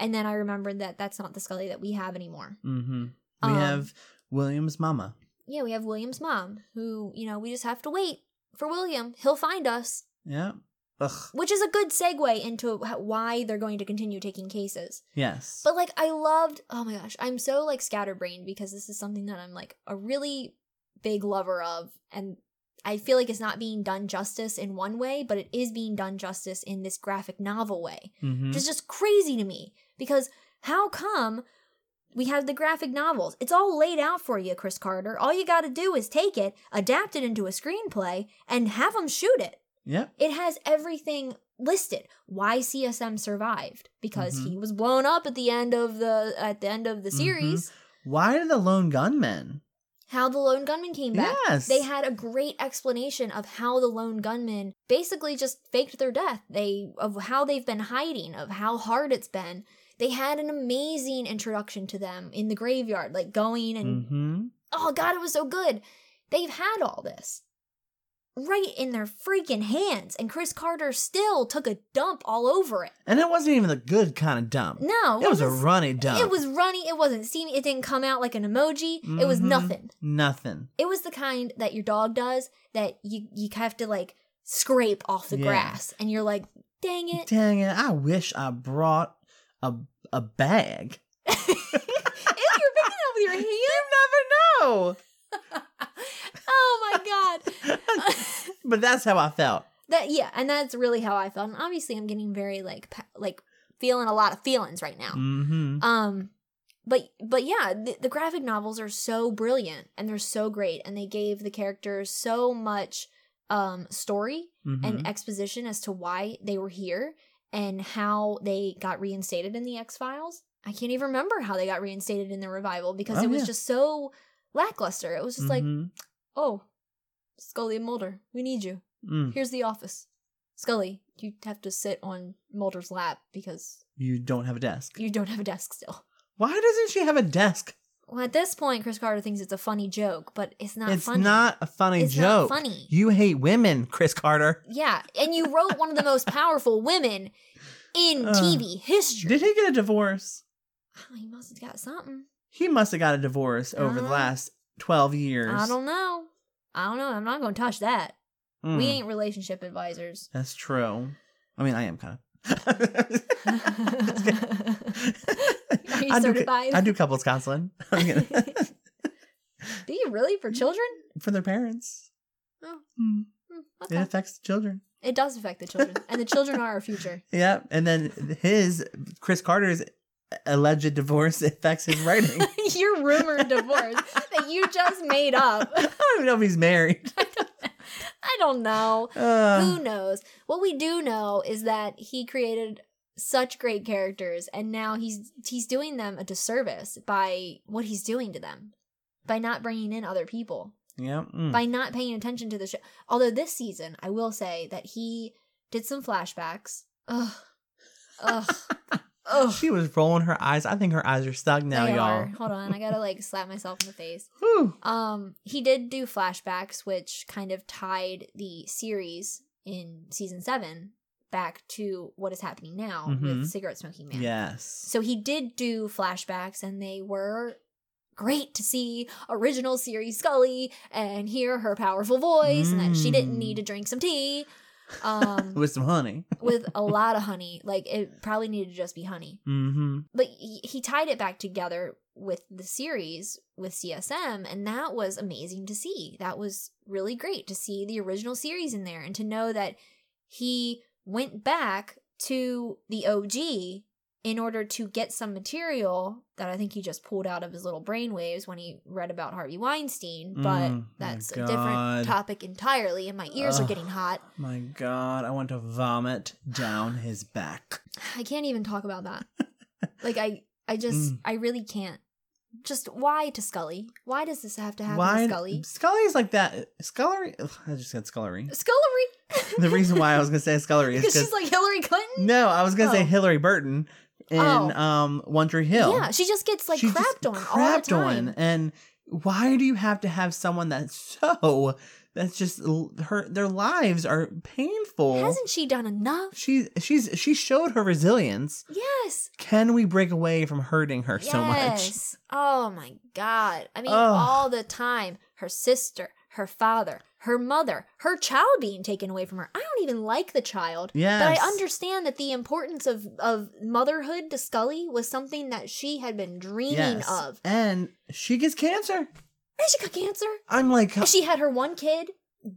Speaker 1: and then i remembered that that's not the scully that we have anymore
Speaker 2: Mm-hmm. We
Speaker 1: Um,
Speaker 2: have William's mama.
Speaker 1: yeah we have william's mom who you know we just have to wait for William, he'll find us,
Speaker 2: Yeah. Ugh.
Speaker 1: which is a good segue into h- why they're going to continue taking cases.
Speaker 2: Yes.
Speaker 1: But like I loved, oh my gosh, I'm so like scatterbrained because this is something that I'm like a really big lover of and I feel like it's not being done justice in one way, but it is being done justice in this graphic novel way.
Speaker 2: Mhm.
Speaker 1: Which is just crazy to me because how come we have the graphic novels? It's all laid out for you, Chris Carter. All you got to do is take it, adapt it into a screenplay and have them shoot it.
Speaker 2: Yep.
Speaker 1: It has everything listed. Why CSM survived because he was blown up at the end of the at the end of the
Speaker 2: Mhm.
Speaker 1: series.
Speaker 2: Why are the lone gunmen?
Speaker 1: How the lone gunman came back.
Speaker 2: Yes.
Speaker 1: They had a great explanation of how the lone gunman basically just faked their death. They of how they've been hiding, of how hard it's been. They had an amazing introduction to them in the graveyard, like going and
Speaker 2: hmm
Speaker 1: oh god, it was so good. They've had all this right in their freaking hands, and Chris Carter still took a dump all over it.
Speaker 2: And it wasn't even the good kind of dump.
Speaker 1: No,
Speaker 2: it was a
Speaker 1: wasn't-
Speaker 2: runny dump.
Speaker 1: It was runny. It wasn't steamy. It didn't come out like an emoji. It was
Speaker 2: Mhm.
Speaker 1: nothing.
Speaker 2: nothing.
Speaker 1: It was the kind that your dog does that you you have to like scrape off the
Speaker 2: Yeah.
Speaker 1: grass, and you're like, dang it.
Speaker 2: Dang it! I wish I brought a a bag.
Speaker 1: if you're picking it up with your hand. [LAUGHS]
Speaker 2: No,
Speaker 1: oh my god.
Speaker 2: [LAUGHS]
Speaker 1: [LAUGHS]
Speaker 2: but that's how I felt.
Speaker 1: that yeah, and that's really how I felt. And obviously, I'm getting very like pa- like feeling a lot of feelings right now.
Speaker 2: Mm-hmm.
Speaker 1: Um, but but yeah, the, the graphic novels are so brilliant and they're so great, and they gave the characters so much um story
Speaker 2: Mm-hmm.
Speaker 1: and exposition as to why they were here and how they got reinstated in the X Files. I can't even remember how they got reinstated in the revival because
Speaker 2: Oh,
Speaker 1: it was
Speaker 2: yeah.
Speaker 1: just so lackluster. It was just like,
Speaker 2: Mm-hmm.
Speaker 1: oh, Scully and Mulder, we need you.
Speaker 2: Hmm. Mm.
Speaker 1: Here's the office. Scully, you have to sit on Mulder's lap because
Speaker 2: you don't have a desk.
Speaker 1: you don't have a desk still.
Speaker 2: Why doesn't she have a desk?
Speaker 1: Well, at this point, Chris Carter thinks it's a funny joke, but it's not
Speaker 2: it's
Speaker 1: funny.
Speaker 2: not a funny
Speaker 1: It's
Speaker 2: joke.
Speaker 1: not funny.
Speaker 2: You hate women, Chris Carter.
Speaker 1: yeah, and you wrote one of the
Speaker 2: [LAUGHS]
Speaker 1: most powerful women in
Speaker 2: Ugh.
Speaker 1: TV history.
Speaker 2: Did he get a divorce?
Speaker 1: Oh, [SIGHS] he must have got something.
Speaker 2: He must have got a divorce over the
Speaker 1: Uh,
Speaker 2: last twelve years.
Speaker 1: I don't know. I don't know. I'm not going to touch that.
Speaker 2: Mm,
Speaker 1: We ain't relationship
Speaker 2: [LAUGHS]
Speaker 1: advisors.
Speaker 2: that's true. I mean, I
Speaker 1: [LAUGHS]
Speaker 2: am [LAUGHS] kind of.
Speaker 1: you
Speaker 2: I
Speaker 1: certified?
Speaker 2: Do, I do couples counseling [LAUGHS]
Speaker 1: [LAUGHS]
Speaker 2: I'm gonna-
Speaker 1: Do you really for children?
Speaker 2: for their parents.
Speaker 1: Oh.
Speaker 2: Mm.
Speaker 1: Hmm,
Speaker 2: It
Speaker 1: Okay.
Speaker 2: affects children.
Speaker 1: It does affect the children, and the children are our future.
Speaker 2: [LAUGHS]
Speaker 1: [LAUGHS]
Speaker 2: Yeah, and then his Chris Carter's alleged divorce [LAUGHS] affects
Speaker 1: [LAUGHS]
Speaker 2: his writing.
Speaker 1: Your rumored divorce that you just made up.
Speaker 2: I don't even know if he's married.
Speaker 1: I don't know.
Speaker 2: Uh,
Speaker 1: Who knows? What we do know is that he created such great characters and now he's he's doing them a disservice by what he's doing to them by not bringing in other people
Speaker 2: yeah. mm.
Speaker 1: by not paying attention to the show although this season i will say that he did some flashbacks ugh
Speaker 2: [LAUGHS]
Speaker 1: ugh ugh
Speaker 2: She was rolling her eyes. I think her eyes are stuck now,
Speaker 1: They
Speaker 2: y'all.
Speaker 1: are. hold on i gotta like slap myself in the face
Speaker 2: Whew.
Speaker 1: um, he did do flashbacks, which kind of tied the series in season seven back to what is happening now
Speaker 2: Mhm.
Speaker 1: with cigarette smoking man.
Speaker 2: Yes.
Speaker 1: So he did do flashbacks, and they were great to see original series Scully and hear her powerful voice, and that she didn't
Speaker 2: Mm.
Speaker 1: need to drink some tea. Um,
Speaker 2: [LAUGHS] With some honey.
Speaker 1: with a lot of honey, like it probably needed to just be honey
Speaker 2: Mm-hmm.
Speaker 1: but he, he tied it back together with the series with CSM and that was amazing to see. That was really great to see the original series in there and to know that he went back to the OG in order to get some material that I think he just pulled out of his little brainwaves when he read about Harvey Weinstein, but
Speaker 2: Mm, my
Speaker 1: that's a
Speaker 2: God.
Speaker 1: different topic entirely and my ears are
Speaker 2: Ugh.
Speaker 1: getting hot.
Speaker 2: My God, I want to vomit down his back.
Speaker 1: I can't even talk about
Speaker 2: [LAUGHS]
Speaker 1: that. like I I just
Speaker 2: Mm.
Speaker 1: I really can't. Just why to Scully? Why does this have to happen to Scully?
Speaker 2: Scully's like that. Scullery. Ugh, I just
Speaker 1: [LAUGHS]
Speaker 2: said Scullery.
Speaker 1: Scullery.
Speaker 2: [LAUGHS] the reason why
Speaker 1: [LAUGHS]
Speaker 2: I was gonna say Scullery is
Speaker 1: because
Speaker 2: because
Speaker 1: she's like Hillary Clinton.
Speaker 2: no, I was gonna say
Speaker 1: Oh.
Speaker 2: Hillary Burton in
Speaker 1: Oh.
Speaker 2: um One Tree Hill.
Speaker 1: Yeah, she just gets like
Speaker 2: She just
Speaker 1: crapped on all the
Speaker 2: crapped on,
Speaker 1: time.
Speaker 2: and why do you have to have someone that's [LAUGHS] so that's just l- her? Their lives are painful.
Speaker 1: Hasn't she done enough?
Speaker 2: she she's she showed her resilience.
Speaker 1: Yes.
Speaker 2: Can we break away from hurting her so much?
Speaker 1: Yes. Oh my god. I mean
Speaker 2: Ugh.
Speaker 1: all the time. Her sister, her father, her mother, her child being taken away from her. I don't even like the child. But
Speaker 2: Yes.
Speaker 1: I understand that the importance of, of motherhood to Scully was something that she had been dreaming
Speaker 2: Yes.
Speaker 1: of.
Speaker 2: And she gets cancer.
Speaker 1: And she got cancer.
Speaker 2: I'm like,
Speaker 1: And she had her one kid,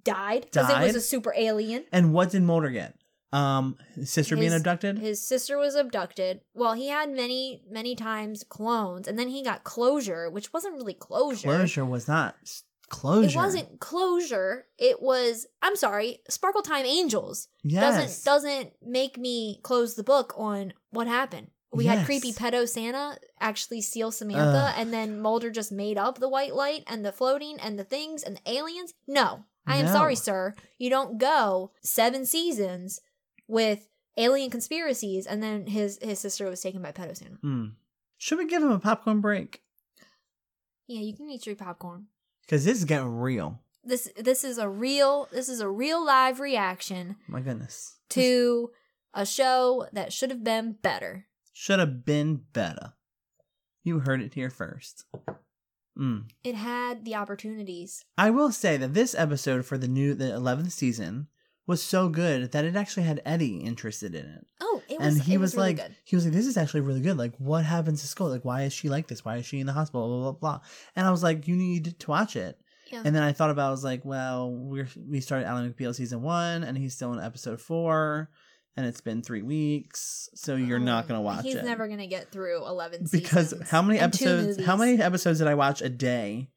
Speaker 1: died because it was
Speaker 2: Died?
Speaker 1: a super alien.
Speaker 2: and what did Mulder get? Um, his sister being
Speaker 1: His-
Speaker 2: abducted.
Speaker 1: His sister was abducted. Well, he had many, many times clones, and then he got closure, which wasn't really closure.
Speaker 2: Closure was not s- closure.
Speaker 1: It wasn't closure. It was I'm sorry, Sparkle Time Angels
Speaker 2: Yes.
Speaker 1: doesn't doesn't make me close the book on what happened. We had
Speaker 2: Yes.
Speaker 1: creepy pedo Santa actually steal Samantha,
Speaker 2: Ugh.
Speaker 1: and then Mulder just made up the white light and the floating and the things and the aliens. No, I am
Speaker 2: No.
Speaker 1: sorry, sir. You don't go seven seasons with alien conspiracies, and then his his sister was taken by pedo Santa.
Speaker 2: Hmm. Should we give him a popcorn break?
Speaker 1: Yeah, you can eat your popcorn.
Speaker 2: Because this is getting real.
Speaker 1: This this is a real this is a real live reaction
Speaker 2: My goodness.
Speaker 1: to a show that should have been better.
Speaker 2: Should have been better. You heard it here first. Mm.
Speaker 1: It had the opportunities.
Speaker 2: I will say that this episode for the new the eleventh season was so good that it actually had Eddie interested in it,
Speaker 1: Oh, it was.
Speaker 2: and he
Speaker 1: it
Speaker 2: was,
Speaker 1: was, really
Speaker 2: like,
Speaker 1: good.
Speaker 2: he was like, "This is actually really good. Like, what happens to Skull? Like, why is she like this? Why is she in the hospital? Blah blah blah." And I was like, "You need to watch it."
Speaker 1: Yeah.
Speaker 2: And then I thought about, it, I was like, "Well, we're we started Alan McBeal season one, and he's still in episode four, and it's been three weeks, so you're not
Speaker 1: Um,
Speaker 2: gonna watch
Speaker 1: He's
Speaker 2: it."
Speaker 1: never gonna get through eleven
Speaker 2: because
Speaker 1: seasons
Speaker 2: how many
Speaker 1: and two
Speaker 2: episodes how
Speaker 1: movies.
Speaker 2: many episodes did i watch a day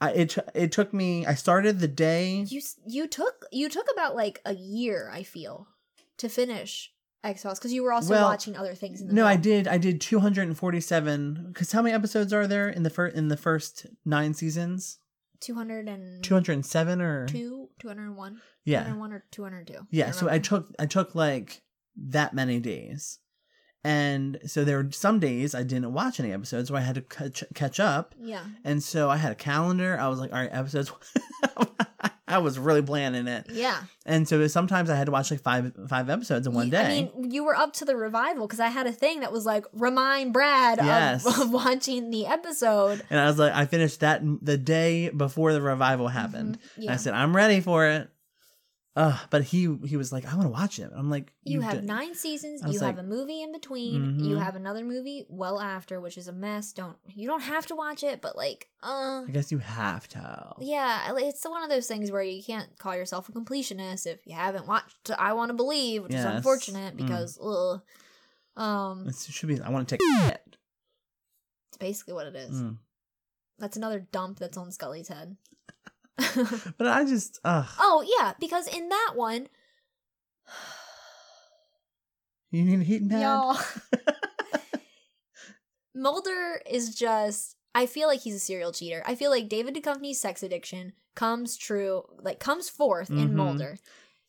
Speaker 2: i it, t- it took me i started the day
Speaker 1: You s- you took you took about like a year, I feel, to finish X Files because you were also
Speaker 2: Well,
Speaker 1: watching other things. In the
Speaker 2: no i
Speaker 1: middle.
Speaker 2: did i did 247 because how many episodes are there in the first in the first nine seasons
Speaker 1: 200 and
Speaker 2: 207 or
Speaker 1: Mm. two, 201,
Speaker 2: yeah
Speaker 1: 201 or 202.
Speaker 2: yeah so i
Speaker 1: remember.
Speaker 2: took i took like that many days and so there were some days i didn't watch any episodes so i had to catch, catch up
Speaker 1: Yeah.
Speaker 2: and so i had a calendar i was like all right episodes [LAUGHS] i was really planning it
Speaker 1: Yeah.
Speaker 2: And so sometimes I had to watch like five five episodes in one
Speaker 1: You-
Speaker 2: day.
Speaker 1: I mean, you were up to the revival because I had a thing that was like, remind Brad of-
Speaker 2: Yes.
Speaker 1: of, [LAUGHS] watching the episode.
Speaker 2: and I was like, I finished that m- the day before the revival happened.
Speaker 1: Mhm. Yeah.
Speaker 2: I said, I'm ready for it. Uh, but he he was like, I want to watch it. I'm like,
Speaker 1: you, have
Speaker 2: did-
Speaker 1: nine seasons.
Speaker 2: I was
Speaker 1: You have a
Speaker 2: like-
Speaker 1: movie in between. You
Speaker 2: Mhm.
Speaker 1: have another movie well after, which is a mess. Don't you don't have to watch it, but like, uh,
Speaker 2: I guess you have to.
Speaker 1: yeah, I- it's one of those things where you can't call yourself a completionist if you haven't watched. I want to believe, which is
Speaker 2: Yes.
Speaker 1: unfortunate
Speaker 2: Mm.
Speaker 1: because, ugh, um,
Speaker 2: It should be. I want to take. it.
Speaker 1: it's basically what it is.
Speaker 2: Mm.
Speaker 1: That's another dump that's on Scully's head. [LAUGHS]
Speaker 2: But I just. Uh,
Speaker 1: Oh yeah, because in that one,
Speaker 2: you need a heat pad. [LAUGHS]
Speaker 1: y'all, Mulder is just. I feel like he's a serial cheater. I feel like David Duchovny's sex addiction comes true, like comes forth in
Speaker 2: Mhm.
Speaker 1: Mulder.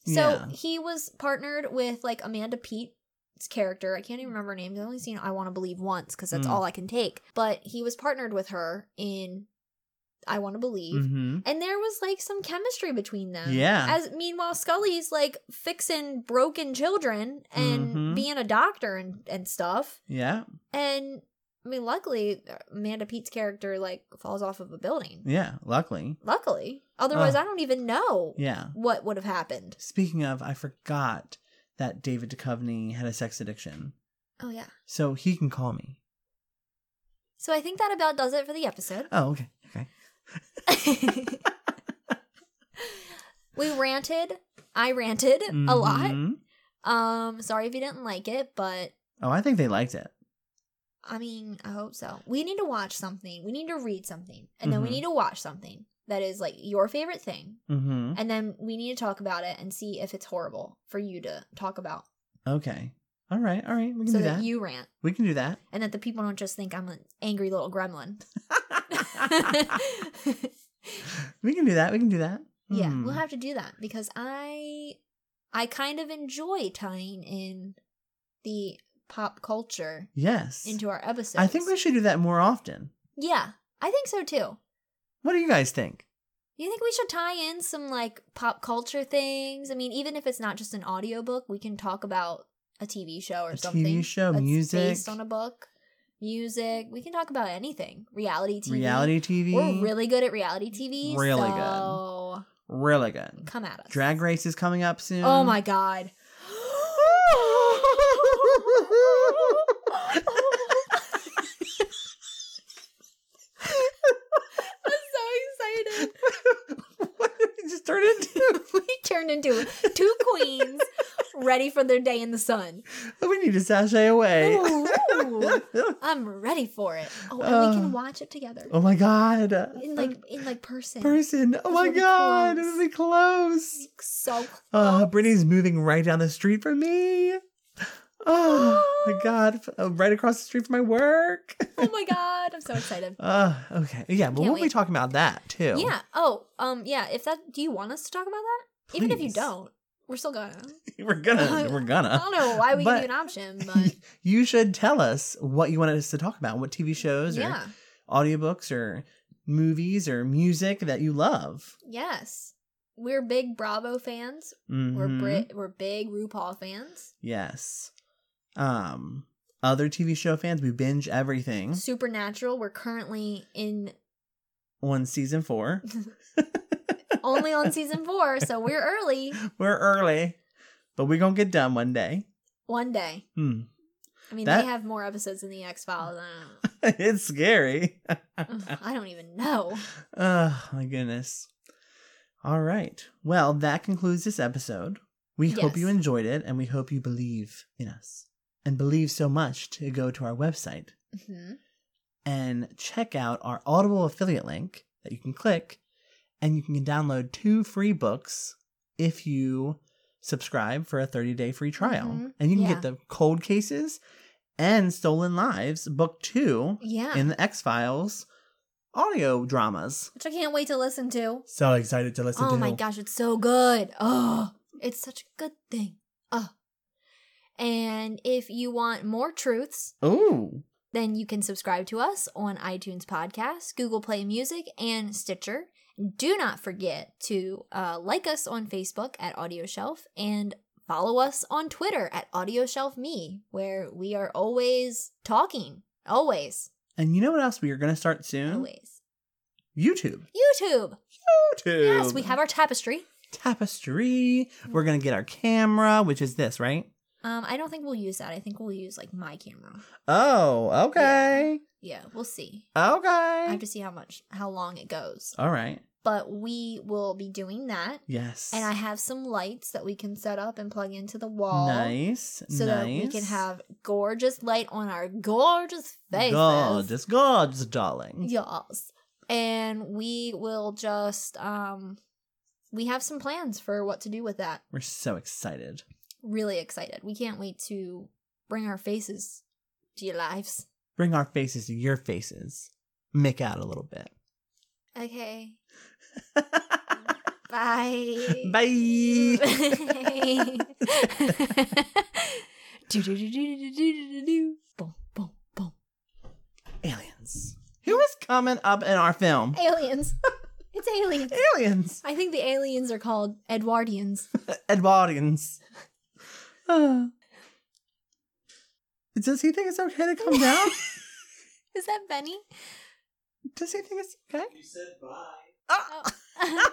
Speaker 1: So
Speaker 2: Yeah.
Speaker 1: he was partnered with like Amanda Pete's character. I can't even remember her name. I've only seen I Want to Believe once because that's
Speaker 2: Mm.
Speaker 1: all I can take. But he was partnered with her in I Want to Believe.
Speaker 2: hmm
Speaker 1: And there was like some chemistry between them.
Speaker 2: Yeah.
Speaker 1: As meanwhile, Scully's like fixing broken children and
Speaker 2: Mhm.
Speaker 1: being a doctor and, and stuff.
Speaker 2: Yeah.
Speaker 1: And I mean, luckily, uh, Amanda Pete's character like falls off of a building.
Speaker 2: Yeah. Luckily.
Speaker 1: Luckily. Otherwise,
Speaker 2: Ugh.
Speaker 1: I don't even know
Speaker 2: Yeah.
Speaker 1: what would have happened.
Speaker 2: Speaking of, I forgot that David Duchovny had a sex addiction,
Speaker 1: Oh, yeah.
Speaker 2: so he can call me.
Speaker 1: So I think that about does it for the episode.
Speaker 2: Oh, okay. Okay.
Speaker 1: [LAUGHS] we ranted. I ranted a lot.
Speaker 2: Mhm.
Speaker 1: Um, sorry if you didn't like it, but
Speaker 2: Oh, I think they liked it.
Speaker 1: I mean, I hope so. We need to watch something. We need to read something. And then we
Speaker 2: Mhm.
Speaker 1: need to watch something that is like your favorite thing.
Speaker 2: Mm-hmm.
Speaker 1: And then we need to talk about it and see if it's horrible for you to talk about
Speaker 2: Okay. All right. All right. We can
Speaker 1: so
Speaker 2: do
Speaker 1: that
Speaker 2: that.
Speaker 1: you rant
Speaker 2: we can
Speaker 1: [LAUGHS]
Speaker 2: do that.
Speaker 1: and that the people don't just think I'm an angry little gremlin. [LAUGHS]
Speaker 2: we can do that. We can do that.
Speaker 1: yeah,
Speaker 2: Hmm.
Speaker 1: we'll have to do that because I I kind of enjoy tying in the pop culture
Speaker 2: yes.
Speaker 1: into our episodes.
Speaker 2: I think we should do that more often.
Speaker 1: Yeah, I think so too.
Speaker 2: What do you guys think?
Speaker 1: You think we should tie in some like pop culture things? I mean, even if it's not just an audiobook, we can talk about a TV show or
Speaker 2: A TV
Speaker 1: something.
Speaker 2: show,
Speaker 1: that's
Speaker 2: music.
Speaker 1: based on a book, music. We can talk about anything. Reality TV.
Speaker 2: Reality TV.
Speaker 1: We're really good at reality TV.
Speaker 2: Really
Speaker 1: so
Speaker 2: Really good.
Speaker 1: Come at us.
Speaker 2: Drag Race is coming up soon.
Speaker 1: Oh my [LAUGHS] god. I'm so excited.
Speaker 2: [GASPS]
Speaker 1: [LAUGHS]
Speaker 2: what did it just turn into? [LAUGHS]
Speaker 1: We turned into two queens ready for their day in the sun.
Speaker 2: we need to sashay away.
Speaker 1: Oh. Ooh, I'm ready for it. Oh, and we
Speaker 2: Uh.
Speaker 1: can watch it together.
Speaker 2: oh my god.
Speaker 1: In like in like person.
Speaker 2: person. Oh my
Speaker 1: It'll be
Speaker 2: god.
Speaker 1: close.
Speaker 2: It'll be close. [GASPS]
Speaker 1: so [GASPS] Oh
Speaker 2: Uh, Brittany's moving right down the street from me. Oh my god. Uh, Right across the street from my work.
Speaker 1: [GASPS] Oh my god, I'm so excited.
Speaker 2: Uh, okay. Yeah, but
Speaker 1: Can't
Speaker 2: we'll be
Speaker 1: wait.
Speaker 2: talking about that too.
Speaker 1: Yeah. Oh, um yeah, if that do you want us to talk about that? Even if you
Speaker 2: Please.
Speaker 1: don't, we're still
Speaker 2: [LAUGHS]
Speaker 1: gonna.
Speaker 2: [LAUGHS] We're
Speaker 1: Uh,
Speaker 2: gonna. We're
Speaker 1: I
Speaker 2: gonna.
Speaker 1: don't know why we
Speaker 2: But-
Speaker 1: give you an
Speaker 2: [LAUGHS]
Speaker 1: option, but
Speaker 2: You should tell us what you wanted us to talk about, what TV shows or
Speaker 1: yeah.
Speaker 2: audiobooks or movies or music that you love.
Speaker 1: Yes. We're big Bravo fans. We're
Speaker 2: Mhm.
Speaker 1: Brit we're big RuPaul fans.
Speaker 2: Yes. Um other TV show fans, we binge everything
Speaker 1: Supernatural, we're currently in
Speaker 2: on season 4.
Speaker 1: only on season 4, so we're
Speaker 2: [LAUGHS]
Speaker 1: early
Speaker 2: [LAUGHS] We're early, but we're going to get done one day.
Speaker 1: one day.
Speaker 2: Hmm.
Speaker 1: I mean,
Speaker 2: That-
Speaker 1: they have more episodes in the X-Files. I
Speaker 2: [LAUGHS] it's scary. [LAUGHS]
Speaker 1: don't, know. I don't even know.
Speaker 2: Oh, my goodness. All right. Well, that concludes this episode. We hope
Speaker 1: Yes.
Speaker 2: you enjoyed it and we hope you believe in us and believe so much to go to our website
Speaker 1: hmm
Speaker 2: and check out our Audible affiliate link that you can click and you can download two free books if you subscribe for a 30-day free trial.
Speaker 1: Mhm.
Speaker 2: And you can
Speaker 1: Yeah.
Speaker 2: get the Cold Cases and Stolen Lives book 2
Speaker 1: Yeah.
Speaker 2: [LAUGHS] in the X-Files audio dramas.
Speaker 1: Which I can't wait to listen to.
Speaker 2: So excited to listen
Speaker 1: oh my gosh, it's so good. Oh, it's such a good thing. Oh. And if you want more truths,
Speaker 2: Oh,
Speaker 1: then you can subscribe to us on iTunes Podcasts, Google Play Music, and Stitcher. Do not forget to uh, like us on Facebook at Audio Shelf and follow us on Twitter at Audio Shelf Me, where we are always talking. Always.
Speaker 2: and you know what else we are going to start soon?
Speaker 1: Always.
Speaker 2: YouTube.
Speaker 1: YouTube.
Speaker 2: YouTube.
Speaker 1: Yes, we have Mm-hmm. our tapestry.
Speaker 2: tapestry. We're going to get our camera, which is this, right?
Speaker 1: Um, I don't think we'll use that. I think we'll use like my camera.
Speaker 2: Oh, okay.
Speaker 1: Yeah, we'll see.
Speaker 2: Okay.
Speaker 1: I have to see how much, how long it goes.
Speaker 2: All right.
Speaker 1: But we will be doing that.
Speaker 2: Yes.
Speaker 1: And I have some lights that we can set up and plug into the wall.
Speaker 2: nice.
Speaker 1: So
Speaker 2: nice.
Speaker 1: that we can have gorgeous light on our gorgeous faces.
Speaker 2: gorgeous, gorgeous, darling.
Speaker 1: Yes. And we will just, um, we have some plans for what to do with that.
Speaker 2: We're so excited.
Speaker 1: Really excited. We can't wait to bring our faces to your lives.
Speaker 2: Bring our faces to your faces. Make out a little bit. [LAUGHS]
Speaker 1: Okay. Bye. [LAUGHS]
Speaker 2: Bye.
Speaker 1: Do-do-do-do-do-do-do-do-do. Boom, boom, boom.
Speaker 2: Aliens. Who is coming up in our film?
Speaker 1: Aliens. It's aliens.
Speaker 2: Aliens. [LAUGHS]
Speaker 1: I think the aliens are called Edwardians.
Speaker 2: Edwardians. [SIGHS] Uh, does he think it's okay to come down?
Speaker 1: Is that Benny?
Speaker 2: does he think it's okay? Ah!
Speaker 3: You said bye. Go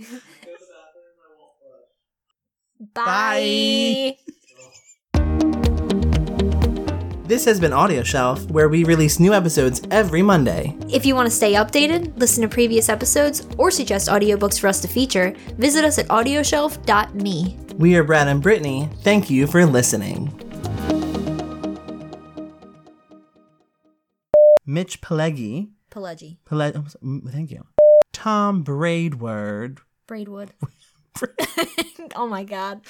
Speaker 3: to the bathroom. I won't flush.
Speaker 1: Bye.
Speaker 2: [LAUGHS] this has been Audio Shelf, where we release new episodes every Monday.
Speaker 1: If you want to stay updated, listen to previous episodes, or suggest audiobooks for us to feature, visit us at audioshelf.me.
Speaker 2: We are Brad and Brittany. Thank you for listening. Mitch Pelegi.
Speaker 1: Pelegi.
Speaker 2: Pele- I'm so- mm, thank you. Tom Braidward.
Speaker 1: [LAUGHS] Braidwood. [LAUGHS] oh my god.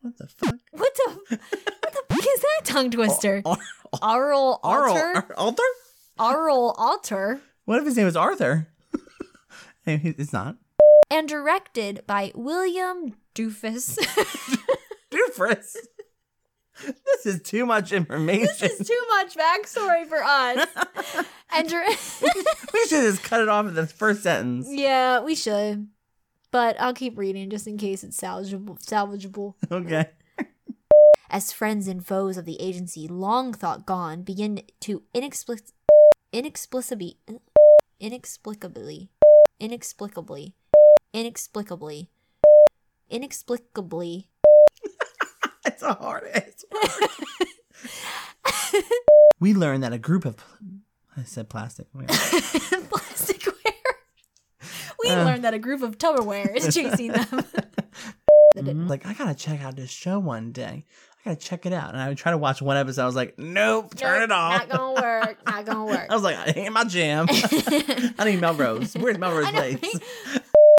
Speaker 2: What the fuck?
Speaker 1: What the, what the fuck is that tongue twister?
Speaker 2: Ar-
Speaker 1: Aural
Speaker 2: Arl-
Speaker 1: altar?
Speaker 2: Ar- Alter?
Speaker 1: Aural altar.
Speaker 2: What if his name was Arthur? [LAUGHS] Hey, he- it's not.
Speaker 1: And directed by William Doofus. [LAUGHS]
Speaker 2: Doofus. this is too much information.
Speaker 1: this is too much backstory for us. and dir- [LAUGHS]
Speaker 2: [LAUGHS] we should just cut it off at the first sentence.
Speaker 1: yeah, we should. But I'll keep reading just in case it's salvageable. salvageable.
Speaker 2: Okay.
Speaker 1: As friends and foes of the agency, long thought gone, begin to inexplic- inexplicably, inexplicably, inexplicably, inexplicably, inexplicably,
Speaker 2: It's a hard ass.
Speaker 1: [LAUGHS]
Speaker 2: we learned that a group of. pl- I said plastic. Wait.
Speaker 1: [LAUGHS] plasticware. We
Speaker 2: Uh.
Speaker 1: learned that a group of Tupperware is chasing
Speaker 2: [LAUGHS]
Speaker 1: them. That it-
Speaker 2: Like, I gotta check out this show one day. I gotta check it out. And I would try to watch one episode. I was like, nope, turn it
Speaker 1: Nope,
Speaker 2: off.
Speaker 1: Not gonna
Speaker 2: [LAUGHS]
Speaker 1: work. Not gonna work. [LAUGHS]
Speaker 2: I was like, I ain't my jam. I need Melrose. Where's Melrose
Speaker 1: I know,
Speaker 2: Place?
Speaker 1: right?